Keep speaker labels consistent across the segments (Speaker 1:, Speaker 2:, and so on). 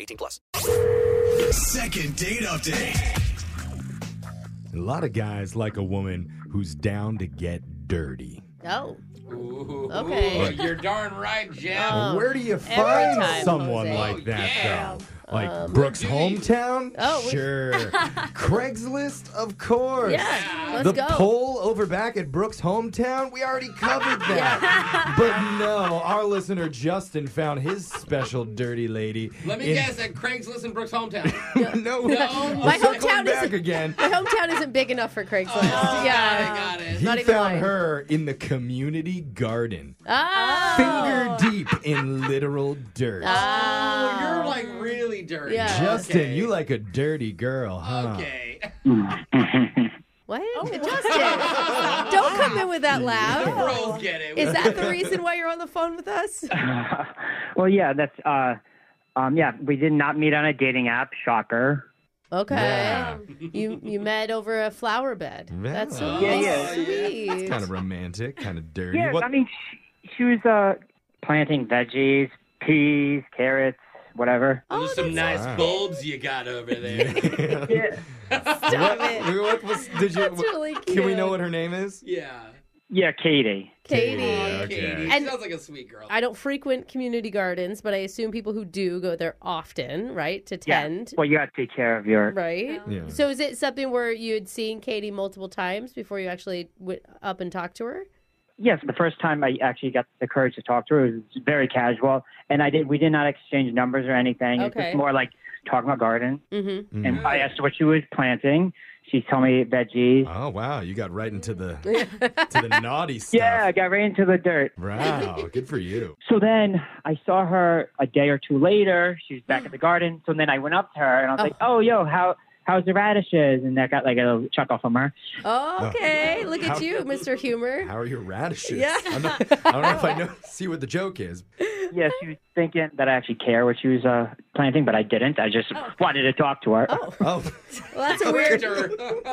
Speaker 1: 18 plus.
Speaker 2: Second date update.
Speaker 3: A lot of guys like a woman who's down to get dirty.
Speaker 4: Oh,
Speaker 5: Ooh,
Speaker 4: Okay.
Speaker 5: You're darn right, Jim.
Speaker 4: Oh,
Speaker 3: Where do you
Speaker 4: every
Speaker 3: find
Speaker 4: time,
Speaker 3: someone
Speaker 4: Jose. Um,
Speaker 3: like that,
Speaker 5: Yeah.
Speaker 3: though? Like Brooks' hometown?
Speaker 4: Oh, we-
Speaker 3: sure. Craigslist, of course.
Speaker 4: yeah. Let's
Speaker 3: the
Speaker 4: go.
Speaker 3: poll over back at Brooks' hometown, we already covered that. but no, our listener Justin found his special dirty lady.
Speaker 5: Let me
Speaker 3: in-
Speaker 5: guess at Craigslist in Brooks' hometown. Oh
Speaker 3: no,
Speaker 4: My
Speaker 3: we're circling
Speaker 4: hometown is-
Speaker 3: back again.
Speaker 4: My hometown isn't big enough for Craigslist. yeah.
Speaker 5: Oh, got it.
Speaker 3: He
Speaker 4: Not even
Speaker 3: found
Speaker 4: lying.
Speaker 3: her in the community garden,
Speaker 4: Ah.
Speaker 3: finger deep in literal dirt.
Speaker 5: Oh, you're like really dirty.
Speaker 4: Yeah.
Speaker 3: Justin,
Speaker 5: okay.
Speaker 3: you like a dirty girl, huh?
Speaker 5: Okay.
Speaker 4: What? Justin, don't come in with that laugh.
Speaker 5: Bros get it.
Speaker 4: Is that the reason why you're on the phone with us?
Speaker 6: Well, yeah, that's uh, um, yeah. We did not meet on a dating app. Shocker.
Speaker 4: Okay.
Speaker 3: Yeah.
Speaker 4: You you met over a flower bed.
Speaker 3: Yeah.
Speaker 4: That's so
Speaker 3: Yeah,
Speaker 5: Oh,
Speaker 6: yeah.
Speaker 4: sweet.
Speaker 3: Kind of romantic, kind of dirty.
Speaker 6: Yeah,
Speaker 3: What-
Speaker 6: I mean, she, she was uh, planting veggies, peas, carrots, whatever.
Speaker 4: Oh,
Speaker 5: There's some
Speaker 4: that's
Speaker 5: nice
Speaker 3: Wow.
Speaker 5: bulbs you got over there.
Speaker 6: Yeah,
Speaker 4: Stop it.
Speaker 3: What was- did you,
Speaker 4: That's really cute.
Speaker 3: Can we know what her name is?
Speaker 5: yeah.
Speaker 6: yeah, Katie.
Speaker 4: Katie.
Speaker 3: Okay.
Speaker 5: Katie.
Speaker 4: And-
Speaker 5: sounds like a sweet girl.
Speaker 4: I don't frequent community gardens, but I assume people who do go there often, right? To
Speaker 6: Yeah.
Speaker 4: tend.
Speaker 6: Well, you got to take care of your.
Speaker 4: Right?
Speaker 3: Yeah.
Speaker 4: So is it something where you had seen Katie multiple times before you actually went up and talked to her?
Speaker 6: Yes, the first time I actually got the courage to talk to her it was very casual, and I did. We did not exchange numbers or anything. It's
Speaker 4: Okay.
Speaker 6: just more like talking about garden.
Speaker 4: Mm-hmm.
Speaker 6: And I asked her what she was planting. She told me veggies.
Speaker 3: Oh wow, you got right into the to the naughty stuff.
Speaker 6: yeah, I got right into the dirt.
Speaker 3: Wow, good for you.
Speaker 6: So then I saw her a day or two later. She was
Speaker 4: Hmm.
Speaker 6: back at the garden. So then I went up to her and I was like, "Oh, yo, how how's the radishes?" And I got like a little chuckle from her.
Speaker 4: Okay. Look
Speaker 3: How-
Speaker 4: at you, Mr. Humor.
Speaker 3: How are your radishes?
Speaker 4: Yeah.
Speaker 3: I'm not, I don't know if I know see what the joke is.
Speaker 6: Yeah, she was thinking that I actually care what she was uh, planting, but I didn't. I just wanted to talk to her.
Speaker 3: Oh,
Speaker 4: Well, that's a weird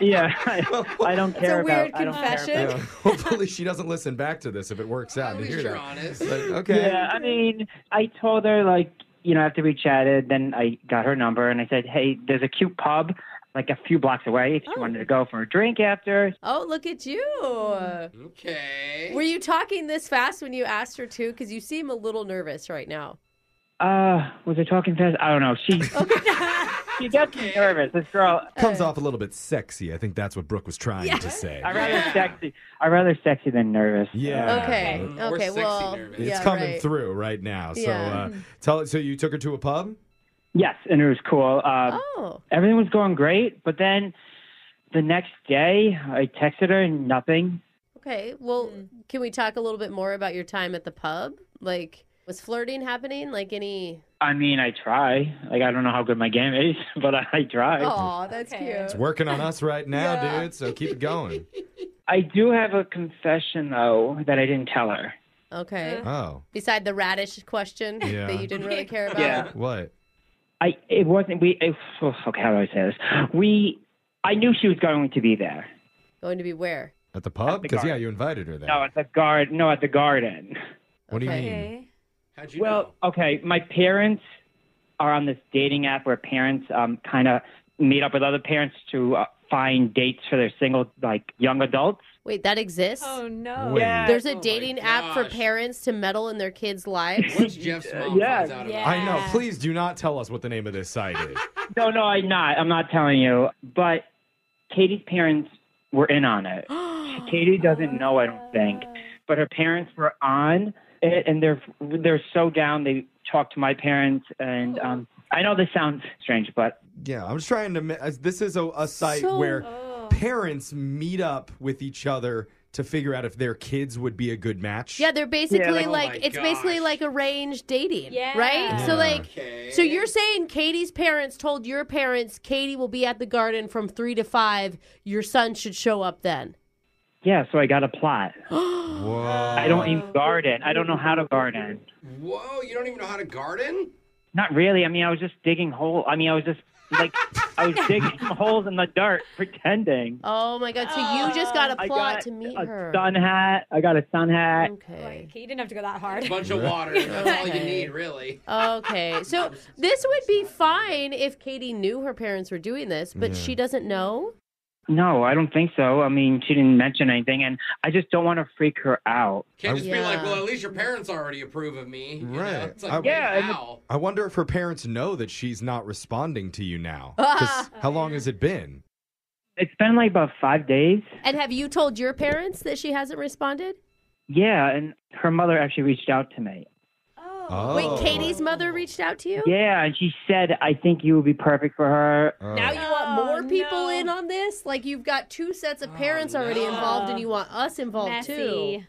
Speaker 6: Yeah, I, I don't
Speaker 4: It's
Speaker 6: care
Speaker 4: a weird
Speaker 6: about. I don't care
Speaker 4: confession.
Speaker 3: yeah. hopefully she doesn't listen back to this if it works out.
Speaker 5: At
Speaker 3: to
Speaker 5: least
Speaker 3: hear
Speaker 5: you're
Speaker 3: that.
Speaker 5: honest.
Speaker 3: But, okay.
Speaker 6: Yeah, I mean, I told her like, you know, after we chatted, then I got her number and I said, "Hey, there's a cute pub like a few blocks away if you wanted to go for a drink after."
Speaker 4: Oh, look at
Speaker 5: Mm.
Speaker 4: you.
Speaker 5: Okay.
Speaker 4: Were you talking this fast when you asked her to? Because you seem a little nervous right now.
Speaker 6: Uh, was I talking fast? I don't know. She she gets nervous. This girl,
Speaker 3: Comes off a little bit sexy. I think that's what Brooke was trying to say.
Speaker 6: I rather sexy. I rather sexy than nervous.
Speaker 3: Yeah.
Speaker 4: Okay.
Speaker 5: Mm, or
Speaker 4: okay.
Speaker 5: sexy
Speaker 4: well,
Speaker 5: nervous.
Speaker 3: It's
Speaker 4: yeah,
Speaker 3: coming
Speaker 4: right.
Speaker 3: through right now. So
Speaker 4: Yeah.
Speaker 3: uh, tell so you took her to a pub?
Speaker 6: Yes, and it was cool. Uh,
Speaker 4: Oh,
Speaker 6: Everything was going great, but then the next day I texted her and nothing.
Speaker 4: okay. Well,
Speaker 7: Mm-hmm.
Speaker 4: can we talk a little bit more about your time at the pub? Like, was flirting happening? Like any?
Speaker 6: I mean, I try. Like I don't know how good my game is, but I, I try.
Speaker 4: Oh, that's
Speaker 3: It's
Speaker 4: cute.
Speaker 3: working on us right now,
Speaker 4: Yeah.
Speaker 3: dude. So keep it going.
Speaker 6: I do have a confession though that I didn't tell her.
Speaker 4: Okay.
Speaker 7: Uh-huh.
Speaker 3: Oh,
Speaker 4: Beside the radish question
Speaker 3: Yeah.
Speaker 4: that you didn't really care about.
Speaker 6: Yeah.
Speaker 3: what?
Speaker 6: I it oh, wasn't we. It, okay, how do I say this? We I knew she was going to be there.
Speaker 4: Going to be where?
Speaker 3: At the pub?
Speaker 6: the
Speaker 3: Because, yeah,
Speaker 6: garden.
Speaker 3: you invited her there.
Speaker 6: No, at the guard. No, at the garden.
Speaker 3: what do you mean?
Speaker 7: Okay.
Speaker 5: How'd you
Speaker 6: Well, okay, my parents are on this dating app where parents um, kind of meet up with other parents to uh, find dates for their single, like young adults.
Speaker 4: Wait, that exists?
Speaker 7: Oh no.
Speaker 3: Wait. Yeah.
Speaker 4: There's a
Speaker 5: Oh my
Speaker 4: dating app for
Speaker 5: gosh.
Speaker 4: parents to meddle in their kids'
Speaker 5: know?
Speaker 4: lives.
Speaker 5: Once Jeff's mom
Speaker 6: yeah.
Speaker 5: finds out about
Speaker 7: Yeah.
Speaker 3: I know. Please do not tell us what the name of this site is.
Speaker 6: No, no, I'm not. I'm not telling you. But Katie's parents were in on it. Katie doesn't know, I don't think, but her parents were on it, and they're they're so down. They talked to my parents, and um, I know this sounds strange, but
Speaker 3: yeah, I'm just trying to. mi- uh, This is a, a site
Speaker 4: So-
Speaker 3: where parents meet up with each other to figure out if their kids would be a good match.
Speaker 4: Yeah, they're basically
Speaker 6: like-
Speaker 5: Oh
Speaker 4: like
Speaker 5: my
Speaker 4: it's basically
Speaker 5: gosh.
Speaker 4: like arranged dating,
Speaker 7: Yeah.
Speaker 4: right? So
Speaker 3: Yeah.
Speaker 4: like,
Speaker 5: Okay.
Speaker 4: so you're saying Katie's parents told your parents Katie will be at the garden from three to five. Your son should show up then.
Speaker 6: yeah. So I got a plot.
Speaker 3: Whoa.
Speaker 6: I don't even garden. I don't know how to garden.
Speaker 5: Whoa, Oh, you don't even know how to garden?
Speaker 6: Not really. I mean, I was just digging hole. I mean, I was just like I was digging holes in the dirt, pretending.
Speaker 4: Oh my god! So you just got a
Speaker 6: I
Speaker 4: plot
Speaker 6: got
Speaker 4: to meet
Speaker 6: a
Speaker 4: her.
Speaker 6: sun hat. I got a sun hat.
Speaker 4: Okay.
Speaker 7: Okay, you didn't have to go that hard.
Speaker 5: A bunch of water. That's all you
Speaker 4: Okay.
Speaker 5: need, really.
Speaker 4: Okay. So this would be fine if Katie knew her parents were doing this, but she doesn't know.
Speaker 6: No, I don't think so. I mean, she didn't mention anything, and I just don't want to freak her out.
Speaker 5: Can't just be like,
Speaker 4: Yeah.
Speaker 5: well, at least your parents already approve of me. you know?
Speaker 3: Right.
Speaker 5: It's like,
Speaker 3: I-
Speaker 5: wait,
Speaker 6: Yeah, and-
Speaker 5: how?
Speaker 3: I wonder if her parents know that she's not responding to you now.
Speaker 4: Oh,
Speaker 3: 'Cause how long has it been?
Speaker 6: It's been like about five days.
Speaker 4: And have you told your parents that she hasn't responded?
Speaker 6: Yeah, and her mother actually reached out to me.
Speaker 7: Oh.
Speaker 4: Wait,
Speaker 3: Oh.
Speaker 4: Katie's mother reached out to you?
Speaker 6: Yeah, and she said, "I think you would be perfect for her."
Speaker 4: Now you want
Speaker 7: Oh,
Speaker 4: more
Speaker 7: no.
Speaker 4: people in on this? Like you've got two sets
Speaker 5: Oh,
Speaker 4: of parents already involved, and you want us involved too.
Speaker 7: Messy.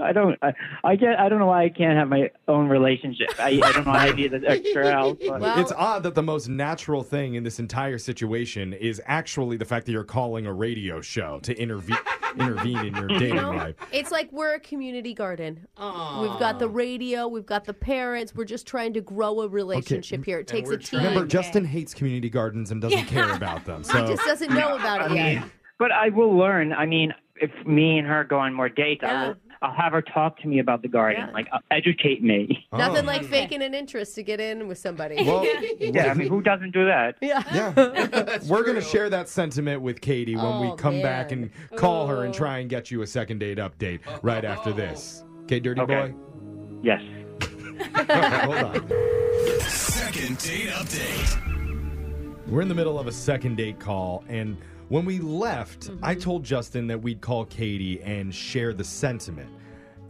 Speaker 6: I don't. I, I get. I don't know why I can't have my own relationship. I, I don't know why I need the extra help. but-
Speaker 4: Well,
Speaker 3: it's odd that the most natural thing in this entire situation is actually the fact that you're calling a radio show to intervene intervene in your dating life.
Speaker 4: it's like we're a community garden.
Speaker 5: Aw.
Speaker 4: We've got the radio, we've got the parents. We're just trying to grow a relationship here. It takes
Speaker 5: we're
Speaker 4: a team.
Speaker 5: trying-
Speaker 3: Remember, Justin hates community gardens and doesn't care about them.
Speaker 4: he
Speaker 3: So
Speaker 4: just doesn't know about it yet.
Speaker 6: But I will learn. I mean, if me and her go on more dates, I
Speaker 4: Yeah.
Speaker 6: will, I'll have her talk to me about the garden.
Speaker 4: Yeah.
Speaker 6: Like, uh, educate me.
Speaker 3: Oh.
Speaker 4: Nothing like faking an interest to get in with somebody.
Speaker 3: Well,
Speaker 6: Yeah, I mean, who doesn't do that?
Speaker 3: yeah.
Speaker 5: That's
Speaker 3: We're going to
Speaker 5: true.
Speaker 3: share that sentiment with Katie when
Speaker 4: Oh,
Speaker 3: we come back and
Speaker 4: man.
Speaker 3: call her and try and get you a second date update right after this. Okay, dirty
Speaker 6: Okay.
Speaker 3: boy.
Speaker 6: Yes.
Speaker 3: Okay, hold on.
Speaker 2: Second date update.
Speaker 3: We're in the middle of a second date call, and when we left, I told Justin that we'd call Katie and share the sentiment.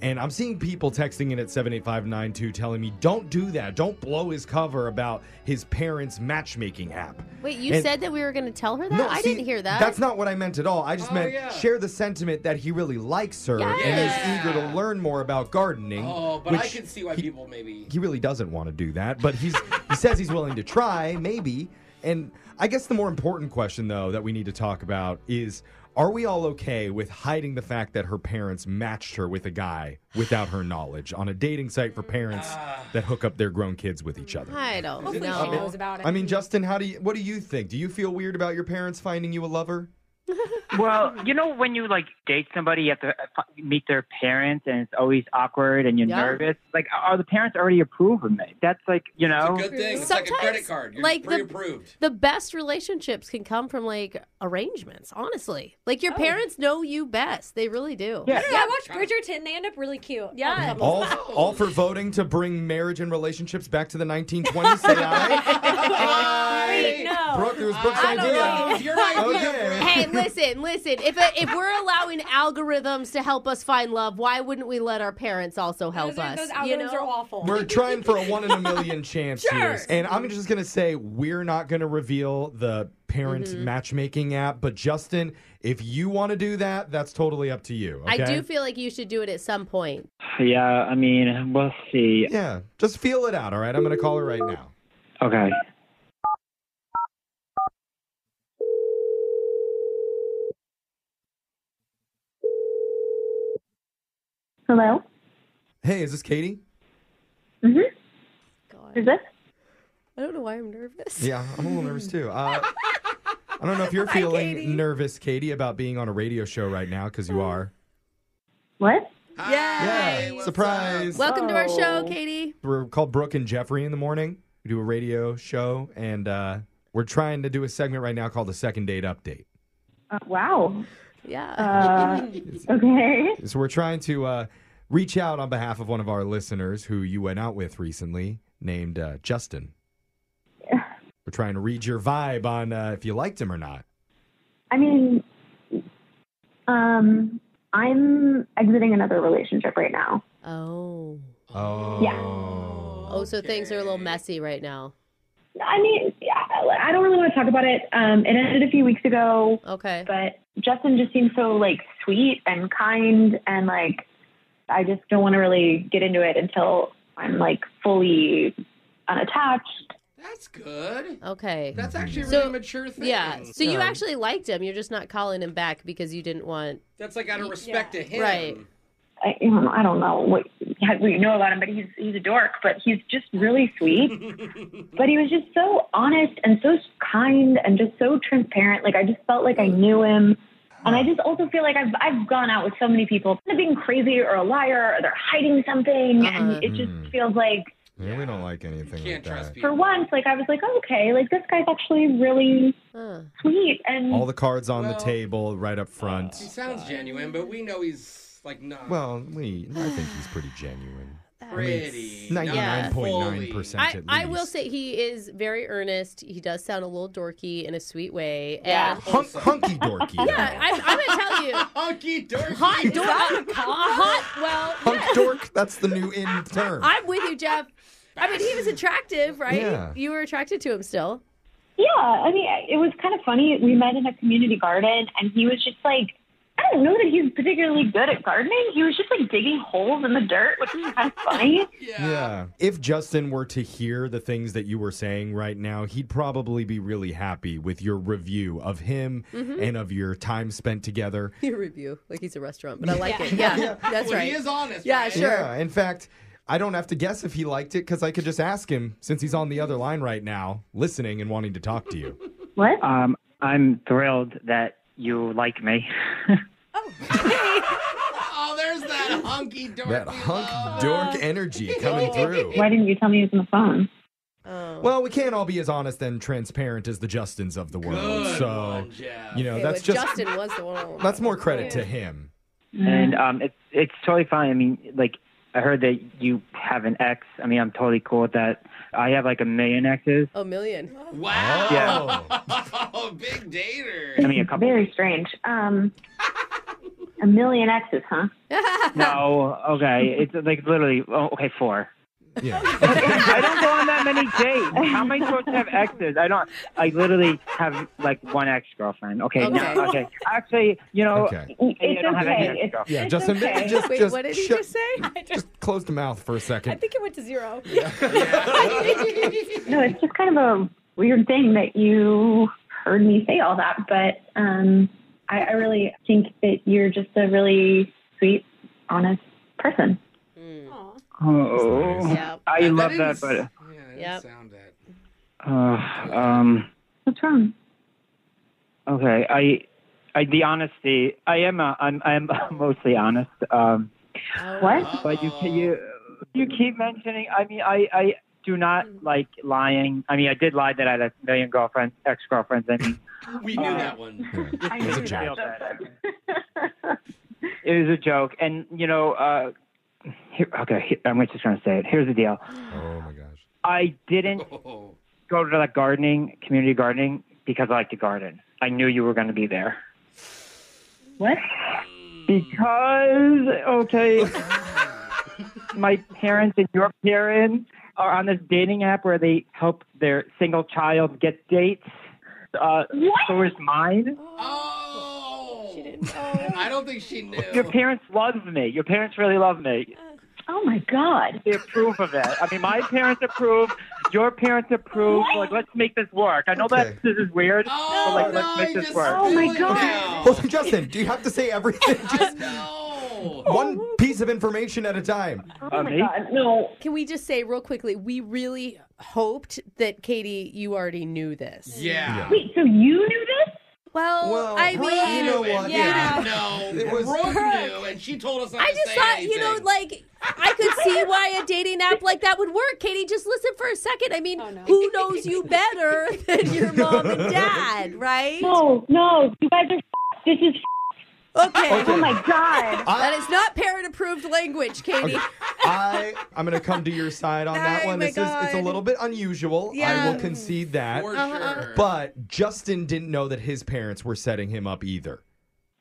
Speaker 3: And I'm seeing people texting in at 78592 telling me, don't do that. Don't blow his cover about his parents' matchmaking app.
Speaker 4: Wait, you
Speaker 3: And-
Speaker 4: said that we were going to tell her that? I
Speaker 3: see,
Speaker 4: didn't hear that.
Speaker 3: That's not what I meant at all. I just
Speaker 5: Oh,
Speaker 3: meant
Speaker 5: yeah.
Speaker 3: share the sentiment that he really likes her
Speaker 5: Yeah.
Speaker 3: and is eager to learn more about gardening.
Speaker 5: Oh, but I
Speaker 3: which
Speaker 5: can see why
Speaker 3: he-
Speaker 5: people maybe.
Speaker 3: he really doesn't want to do that, but he's he says he's willing to try, maybe. And I guess the more important question though that we need to talk about is are we all okay with hiding the fact that her parents matched her with a guy without her knowledge on a dating site for parents
Speaker 5: Ah.
Speaker 3: that hook up their grown kids with each other?
Speaker 4: I don't
Speaker 7: Hopefully she
Speaker 4: know.
Speaker 7: knows about it.
Speaker 3: I mean, Justin, how do you what do you think? Do you feel weird about your parents finding you a lover?
Speaker 6: Well, you know, when you like date somebody, you have to uh, fi- meet their parents, and it's always awkward, and you're
Speaker 4: Yeah.
Speaker 6: nervous. Like, are the parents already approve of me? That's like, you
Speaker 5: It's a
Speaker 6: know.
Speaker 5: good thing. It's like a
Speaker 4: Sometimes,
Speaker 5: credit card. You're
Speaker 4: like the-
Speaker 5: pre-approved.
Speaker 4: The best relationships can come from like arrangements, honestly. Like your parents know you best. They really do.
Speaker 6: Yeah.
Speaker 7: Oh. yeah, I watched Bridgerton. They end up really cute.
Speaker 4: Yeah.
Speaker 7: Oh,
Speaker 3: All all for voting to bring marriage and relationships back to the 1920s. Say aye.
Speaker 7: Wait, no.
Speaker 3: Brooke, it was Brooke's
Speaker 4: I don't
Speaker 3: idea.
Speaker 4: know.
Speaker 5: If You're right.
Speaker 3: Okay.
Speaker 4: Hey, listen, listen. If uh, if we're allowing algorithms to help us find love, why wouldn't we let our parents also help
Speaker 7: Those, are,
Speaker 4: us?
Speaker 7: those algorithms
Speaker 4: you know?
Speaker 7: are awful.
Speaker 3: We're trying for a one in a million chance here. And I'm just going to say we're not going to reveal the parent
Speaker 4: Mm-hmm.
Speaker 3: matchmaking app, but Justin, if you want to do that, that's totally up to you.
Speaker 4: I
Speaker 3: Okay?
Speaker 4: do feel like you should do it at some point.
Speaker 6: Yeah, I mean, we'll see.
Speaker 3: yeah, just feel it out, all right? I'm going to call her right now.
Speaker 6: Okay.
Speaker 8: Hello?
Speaker 3: Hey, is this Katie?
Speaker 4: God.
Speaker 8: Is this?
Speaker 4: I don't know why I'm nervous.
Speaker 3: Yeah, I'm a little nervous too. Uh, I don't know if you're feeling nervous, Katie, about being on a radio show right now because you are.
Speaker 8: What?
Speaker 5: Ah.
Speaker 4: Yay!
Speaker 3: Yeah, surprise.
Speaker 4: Welcome to our show, Katie.
Speaker 3: We're called Brooke and Jeffrey in the morning. We do a radio show, and uh, we're trying to do a segment right now called the Second Date Update.
Speaker 8: Uh, wow.
Speaker 4: Yeah.
Speaker 8: Uh, okay.
Speaker 3: So we're trying to uh, reach out on behalf of one of our listeners who you went out with recently, named uh, Justin. We're trying to read your vibe on uh, if you liked him or not.
Speaker 8: I mean, um, I'm exiting another relationship right now.
Speaker 4: Oh.
Speaker 3: Oh.
Speaker 4: Oh, so things are a little messy right now.
Speaker 8: I mean, I- I don't really want to talk about it. Um, it ended a few weeks ago,
Speaker 4: Okay.
Speaker 8: but Justin just seems so like sweet and kind, and like I just don't want to really get into it until I'm like fully unattached.
Speaker 5: That's good.
Speaker 4: Okay.
Speaker 5: That's actually a
Speaker 4: So-
Speaker 5: really mature thing.
Speaker 4: yeah. So you actually liked him. You're just not calling him back because you didn't want.
Speaker 5: That's like out of respect to him.
Speaker 4: Right.
Speaker 8: I, you know, I don't know what what you know about him, but he's he's a dork. But he's just really sweet. but he was just so honest and so kind and just so transparent. Like I just felt like I knew him. And I just also feel like I've I've gone out with so many people they're being crazy or a liar or they're hiding something,
Speaker 4: Uh-huh.
Speaker 8: and it just feels like
Speaker 3: Yeah, we don't like anything
Speaker 5: Can't trust
Speaker 8: for
Speaker 5: people.
Speaker 8: once, like I was like, "Oh, okay, like this guy's actually really
Speaker 4: Huh.
Speaker 8: sweet and
Speaker 4: Mm.
Speaker 3: All the cards on
Speaker 5: Well-
Speaker 3: the table right up front.
Speaker 5: He
Speaker 4: uh,
Speaker 5: sounds genuine, but we know he's like not
Speaker 3: well, we, I think he's pretty genuine.
Speaker 5: pretty. not
Speaker 3: 99.9%
Speaker 5: fully.
Speaker 4: I,
Speaker 3: at
Speaker 4: I will
Speaker 3: least.
Speaker 4: say he is very earnest. He does sound a little dorky in a sweet way.
Speaker 7: Yeah.
Speaker 4: And
Speaker 3: Hunk, hunky dorky.
Speaker 4: yeah, I, I'm going to tell you.
Speaker 5: Honky dorky.
Speaker 4: Hot dork. a hot, well,
Speaker 3: Hunk dork, that's the new in term.
Speaker 4: I'm with you, Jeff. I mean, he was attractive, right?
Speaker 3: Yeah.
Speaker 4: You were attracted to him still.
Speaker 8: Yeah, I mean, it was kind of funny. We met in a community garden, and he was just like, I don't know that he's particularly good at gardening. He was just like digging holes in the dirt, which was kind of funny.
Speaker 5: Yeah.
Speaker 3: yeah. If Justin were to hear the things that you were saying right now, he'd probably be really happy with your review of him
Speaker 4: Mm-hmm.
Speaker 3: and of your time spent together.
Speaker 4: Your review, like he's a restaurant, but I like it. Yeah, that's
Speaker 5: Well,
Speaker 4: right.
Speaker 5: He is honest.
Speaker 4: Yeah,
Speaker 5: right?
Speaker 4: sure.
Speaker 3: Yeah. In fact, I don't have to guess if he liked it because I could just ask him since he's on the other line right now, listening and wanting to talk to you.
Speaker 8: What?
Speaker 6: Um, I'm thrilled that you like me.
Speaker 5: Oh, there's that honky dorky.
Speaker 3: that hunk dork energy coming through.
Speaker 8: Why didn't you tell me he was on the phone?
Speaker 4: Oh.
Speaker 3: Well, we can't all be as honest and transparent as the Justins of the world.
Speaker 5: Good
Speaker 3: so,
Speaker 5: one, Jeff.
Speaker 3: you know,
Speaker 4: Okay,
Speaker 3: that's
Speaker 4: but
Speaker 3: just
Speaker 4: Justin was the one.
Speaker 3: that's more credit to him.
Speaker 6: and um, it's it's totally fine. I mean, like I heard that you have an ex. I mean, I'm totally cool with that. I have like a million exes.
Speaker 4: a million.
Speaker 5: Wow. Oh,
Speaker 3: Yeah.
Speaker 5: Big
Speaker 6: I
Speaker 5: dater.
Speaker 6: mean, a couple.
Speaker 8: Very strange. Um, a million exes, huh?
Speaker 6: No, okay, it's like literally oh, okay four.
Speaker 3: Yeah.
Speaker 6: I don't go on that many dates. How am I supposed to have exes? I don't. I literally have like one ex girlfriend. Okay, okay.
Speaker 4: Okay.
Speaker 6: okay. Actually, you know,
Speaker 3: Okay.
Speaker 6: I don't
Speaker 8: It's
Speaker 6: have any
Speaker 8: okay. It's,
Speaker 6: exes.
Speaker 3: Yeah,
Speaker 8: it's
Speaker 3: Justin,
Speaker 8: okay.
Speaker 3: maybe just
Speaker 4: Wait,
Speaker 3: just
Speaker 4: what did he
Speaker 3: shut-
Speaker 4: just say?
Speaker 7: I, just,
Speaker 3: just close the mouth for a second.
Speaker 7: I think it went to zero.
Speaker 8: no, it's just kind of a weird thing that you heard me say all that, but um, I, I really think that you're just a really sweet, honest person.
Speaker 7: Aw.
Speaker 6: Oh,
Speaker 4: Yeah.
Speaker 6: I love that,
Speaker 5: didn't
Speaker 6: but
Speaker 5: s- Yeah, that
Speaker 4: Yep.
Speaker 5: sound that.
Speaker 6: uh, um,
Speaker 8: What's wrong?
Speaker 6: okay. I, I the honesty. I am. A, I'm. I'm mostly honest. Um,
Speaker 8: What?
Speaker 6: but you can you you keep mentioning. I mean, I I do not like lying. I mean, I did lie that I had a million girlfriends, ex girlfriends. I mean,
Speaker 5: We knew that one.
Speaker 8: I knew
Speaker 3: It's a
Speaker 8: that,
Speaker 3: joke.
Speaker 8: Justin.
Speaker 6: It was a joke, and you know, uh, here, okay, here, I'm just gonna say it. Here's the deal:
Speaker 3: oh my gosh.
Speaker 6: I didn't
Speaker 5: Oh.
Speaker 6: go to that gardening, community gardening, because I like to garden. I knew you were gonna be there.
Speaker 8: What?
Speaker 6: Because okay, my parents and your parents are on this dating app where they help their single child get dates. Uh, so is mine.
Speaker 5: Oh. She didn't know. I don't think she knew.
Speaker 6: Your parents love me. Your parents really love me.
Speaker 8: Oh my God.
Speaker 5: Uh.
Speaker 6: they approve of it. I mean, my parents approve. Your parents approve. Like, let's make this work. I know
Speaker 3: Okay.
Speaker 6: that this is weird,
Speaker 5: Oh,
Speaker 6: but like,
Speaker 5: no,
Speaker 6: let's make
Speaker 5: you
Speaker 6: this
Speaker 5: just
Speaker 6: work.
Speaker 8: Oh, my
Speaker 5: spilled it
Speaker 8: God.
Speaker 5: now.
Speaker 3: Hold on, Justin, do you have to say everything?
Speaker 5: I
Speaker 3: Just
Speaker 5: know.
Speaker 3: one piece of information at a time.
Speaker 8: Oh my
Speaker 6: Uh, me?
Speaker 8: God. No.
Speaker 4: Can we just say real quickly? We really hoped that Katie, you already knew this.
Speaker 5: Yeah.
Speaker 8: Wait, so you knew this?
Speaker 4: Oh,
Speaker 7: Well,
Speaker 3: Well,
Speaker 7: I
Speaker 3: you
Speaker 7: mean,
Speaker 3: know what,
Speaker 7: yeah.
Speaker 3: yeah.
Speaker 5: No,
Speaker 3: It was-
Speaker 5: Brooke knew, and she told us not
Speaker 4: I
Speaker 5: to
Speaker 4: just
Speaker 5: say
Speaker 4: thought,
Speaker 5: anything.
Speaker 4: you know, like I could see why a dating app like that would work. Katie, just listen for a second. I mean, who knows you better than your mom and dad, right?
Speaker 8: No, Oh, no, you guys are. f- This is.
Speaker 4: Okay.
Speaker 8: f- Oh my god.
Speaker 4: That is not parent approved language, Katie.
Speaker 3: I I'm gonna come to your side on that
Speaker 7: Oh
Speaker 3: one.
Speaker 7: my
Speaker 3: This is it's a
Speaker 7: God.
Speaker 3: little bit unusual. I
Speaker 7: Yeah.
Speaker 3: will concede that.
Speaker 5: for
Speaker 4: uh-huh.
Speaker 5: sure.
Speaker 3: But Justin didn't know that his parents were setting him up either.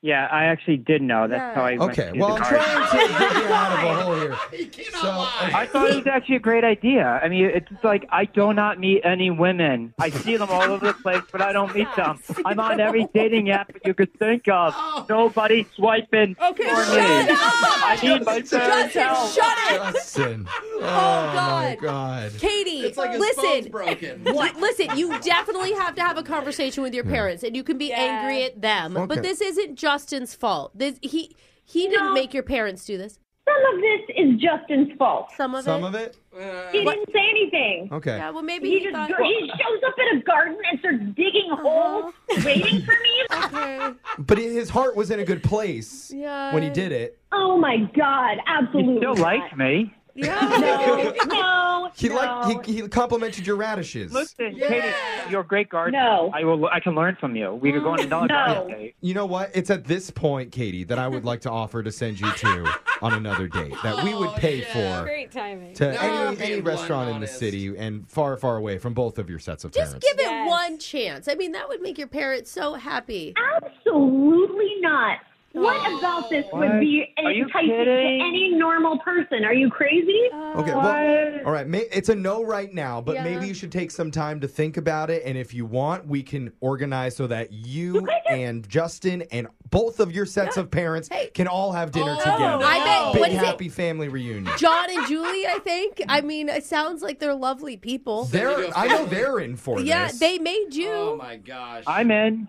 Speaker 6: Yeah, I actually did know. That's how I went
Speaker 3: Okay,
Speaker 6: to
Speaker 3: well I'm
Speaker 6: the card.
Speaker 3: trying to get you out of a hole here.
Speaker 5: he cannot
Speaker 3: So- uh,
Speaker 5: lie.
Speaker 6: I thought it was actually a great idea. I mean, it's like I do not meet any women. I see them all over the place, but I don't meet them. I'm on every dating app that you could think of. Nobody swiping
Speaker 4: Oh. Okay,
Speaker 6: for
Speaker 4: shut
Speaker 6: me.
Speaker 4: up!
Speaker 6: I need my parents'
Speaker 4: Justin,
Speaker 6: help.
Speaker 4: shut it.
Speaker 3: Justin. Oh, my
Speaker 4: God.
Speaker 3: God.
Speaker 4: Katie,
Speaker 5: It's like his phone's
Speaker 4: listen.
Speaker 5: broken.
Speaker 4: What? Listen, you definitely have to have a conversation with your parents, and you can be angry at them.
Speaker 3: Okay.
Speaker 4: But this isn't Justin's fault. This he he didn't
Speaker 8: No.
Speaker 4: make your parents do this.
Speaker 8: Some of this is Justin's fault.
Speaker 4: Some of
Speaker 3: Some
Speaker 4: it.
Speaker 3: of it?
Speaker 8: He didn't say anything.
Speaker 3: Okay.
Speaker 4: yeah, well, maybe
Speaker 8: He
Speaker 4: he
Speaker 8: just
Speaker 4: thought.
Speaker 8: he shows up in a garden and starts digging holes, waiting for me.
Speaker 4: Okay.
Speaker 3: But his heart was in a good place
Speaker 4: Yeah.
Speaker 3: when he did it.
Speaker 8: Oh my god! Absolutely.
Speaker 6: You still
Speaker 8: not.
Speaker 6: like me.
Speaker 8: No, no.
Speaker 3: He
Speaker 8: no.
Speaker 3: liked he, he complimented your radishes.
Speaker 6: Listen, Katie, you're a great gardener.
Speaker 8: No.
Speaker 6: I will. I can learn from you. We could go on another garden date.
Speaker 3: You know what? It's at this point, Katie, that I would like to offer to send you to on another date that we would pay for
Speaker 7: Great timing.
Speaker 3: to
Speaker 5: Now you're
Speaker 3: any,
Speaker 5: being
Speaker 3: any
Speaker 5: blunt
Speaker 3: restaurant in the
Speaker 5: honest.
Speaker 3: city and far, far away from both of your sets of
Speaker 4: Just
Speaker 3: parents.
Speaker 4: give it
Speaker 7: Yes.
Speaker 4: one chance. I mean, that would make your parents so happy.
Speaker 8: Absolutely not. What about this would be
Speaker 6: Are you
Speaker 8: enticing
Speaker 6: kidding?
Speaker 8: to any normal person? Are you crazy?
Speaker 3: okay, well, all right. May, it's a no right now, but maybe you should take some time to think about it. And if you want, we can organize so that you and Justin and both of your sets of parents can all have dinner together.
Speaker 4: Oh, I bet-
Speaker 3: Big
Speaker 4: what is it?
Speaker 3: happy family reunion.
Speaker 4: John and Julie, I think. I mean, it sounds like they're lovely people.
Speaker 3: They're, I know they're in for
Speaker 4: Yeah,
Speaker 3: this.
Speaker 4: they made you.
Speaker 5: Oh my gosh.
Speaker 6: I'm in.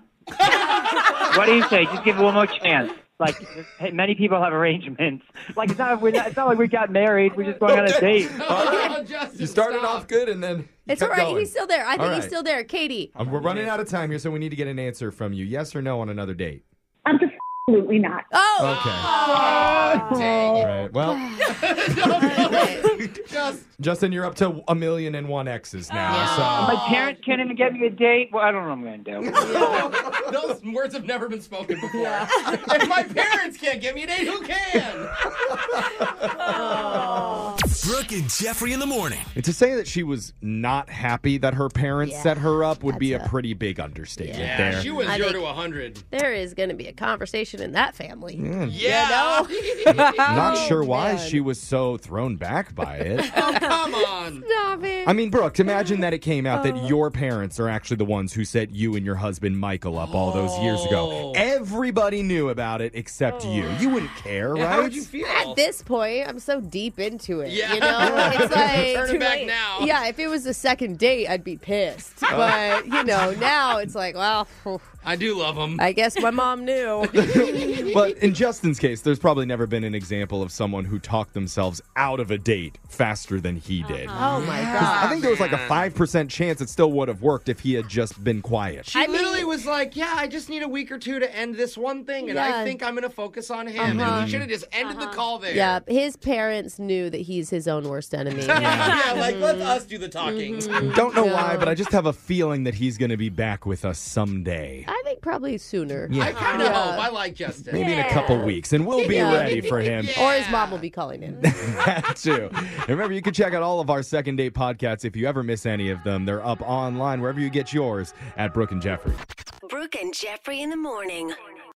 Speaker 6: what do you say? Just give it one more chance. Like hey, many people have arrangements. Like it's not, we're not. It's not like we got married. We're just going on a date.
Speaker 5: Oh, Justin,
Speaker 3: You started
Speaker 5: stop.
Speaker 3: off good and then you
Speaker 4: it's all
Speaker 3: kept
Speaker 4: right.
Speaker 3: going.
Speaker 4: He's still there. I think
Speaker 3: All
Speaker 4: he's
Speaker 3: right.
Speaker 4: still there. Katie.
Speaker 3: Um, we're running out of time here, so we need to get an answer from you. Yes or no on another date.
Speaker 8: Absolutely not.
Speaker 4: Oh,
Speaker 3: Okay.
Speaker 5: Oh, Dang
Speaker 3: All
Speaker 5: it.
Speaker 3: right. Well,
Speaker 5: Just
Speaker 3: Justin, you're up to a million and one X's now.
Speaker 6: My parents can't even get me a date. Well, I don't know what I'm going to do.
Speaker 5: those words have never been spoken before. if my parents can't give me an eight, who can?
Speaker 2: Brooke and Jeffrey in the morning.
Speaker 3: So to say that she was not happy that her parents
Speaker 4: Yeah,
Speaker 3: set her up would be a pretty big understatement
Speaker 5: Yeah,
Speaker 3: there.
Speaker 5: she was
Speaker 4: I
Speaker 5: zero
Speaker 4: think-
Speaker 5: to a hundred.
Speaker 4: there is going to be a conversation in that family.
Speaker 5: Yeah,
Speaker 3: not sure why she was so thrown back by it.
Speaker 5: come on.
Speaker 4: Stop it.
Speaker 3: I mean, Brooks, imagine that it came out
Speaker 5: Uh.
Speaker 3: that your parents are actually the ones who set you and your husband Michael up all those years ago.
Speaker 5: Oh.
Speaker 3: Everybody knew about it except you. You wouldn't care, right?
Speaker 5: How would you feel?
Speaker 4: At this point, I'm so deep into it.
Speaker 5: Yeah.
Speaker 4: You know, it's like
Speaker 5: Turn it
Speaker 4: too
Speaker 5: back
Speaker 4: late.
Speaker 5: now.
Speaker 4: Yeah, if it was the second date, I'd be pissed. But you know, now it's like, well,
Speaker 5: I do love them.
Speaker 4: I guess my mom knew.
Speaker 3: but in Justin's case, there's probably never been an example of someone who talked themselves out of a date faster than he did.
Speaker 4: Oh my
Speaker 3: 'Cause
Speaker 4: god.
Speaker 3: I think there was like a 5% chance it still would have worked if he had just been quiet.
Speaker 5: She literally was like, "Yeah, I just need a week or two to end this one thing, and
Speaker 4: Yeah. Uh-huh.
Speaker 5: I think I'm gonna focus on him." And we should have just ended the call there.
Speaker 4: Yeah, his parents knew that he's his own worst enemy.
Speaker 5: yeah, like let us do the talking.
Speaker 4: Mm-hmm.
Speaker 3: Don't know why, but I just have a feeling that he's going to be back with us someday.
Speaker 4: I think probably sooner.
Speaker 5: I kind of
Speaker 4: Yeah.
Speaker 5: hope. I like Justin.
Speaker 3: Maybe in a couple weeks, and we'll be
Speaker 4: Yeah.
Speaker 3: ready for him.
Speaker 5: Yeah.
Speaker 4: Or his mom will be calling in.
Speaker 3: that too. And remember, you can check out all of our second date podcasts if you ever miss any of them. They're up online wherever you get yours at Brooke and Jeffrey.
Speaker 9: Brooke and Jeffrey in the morning.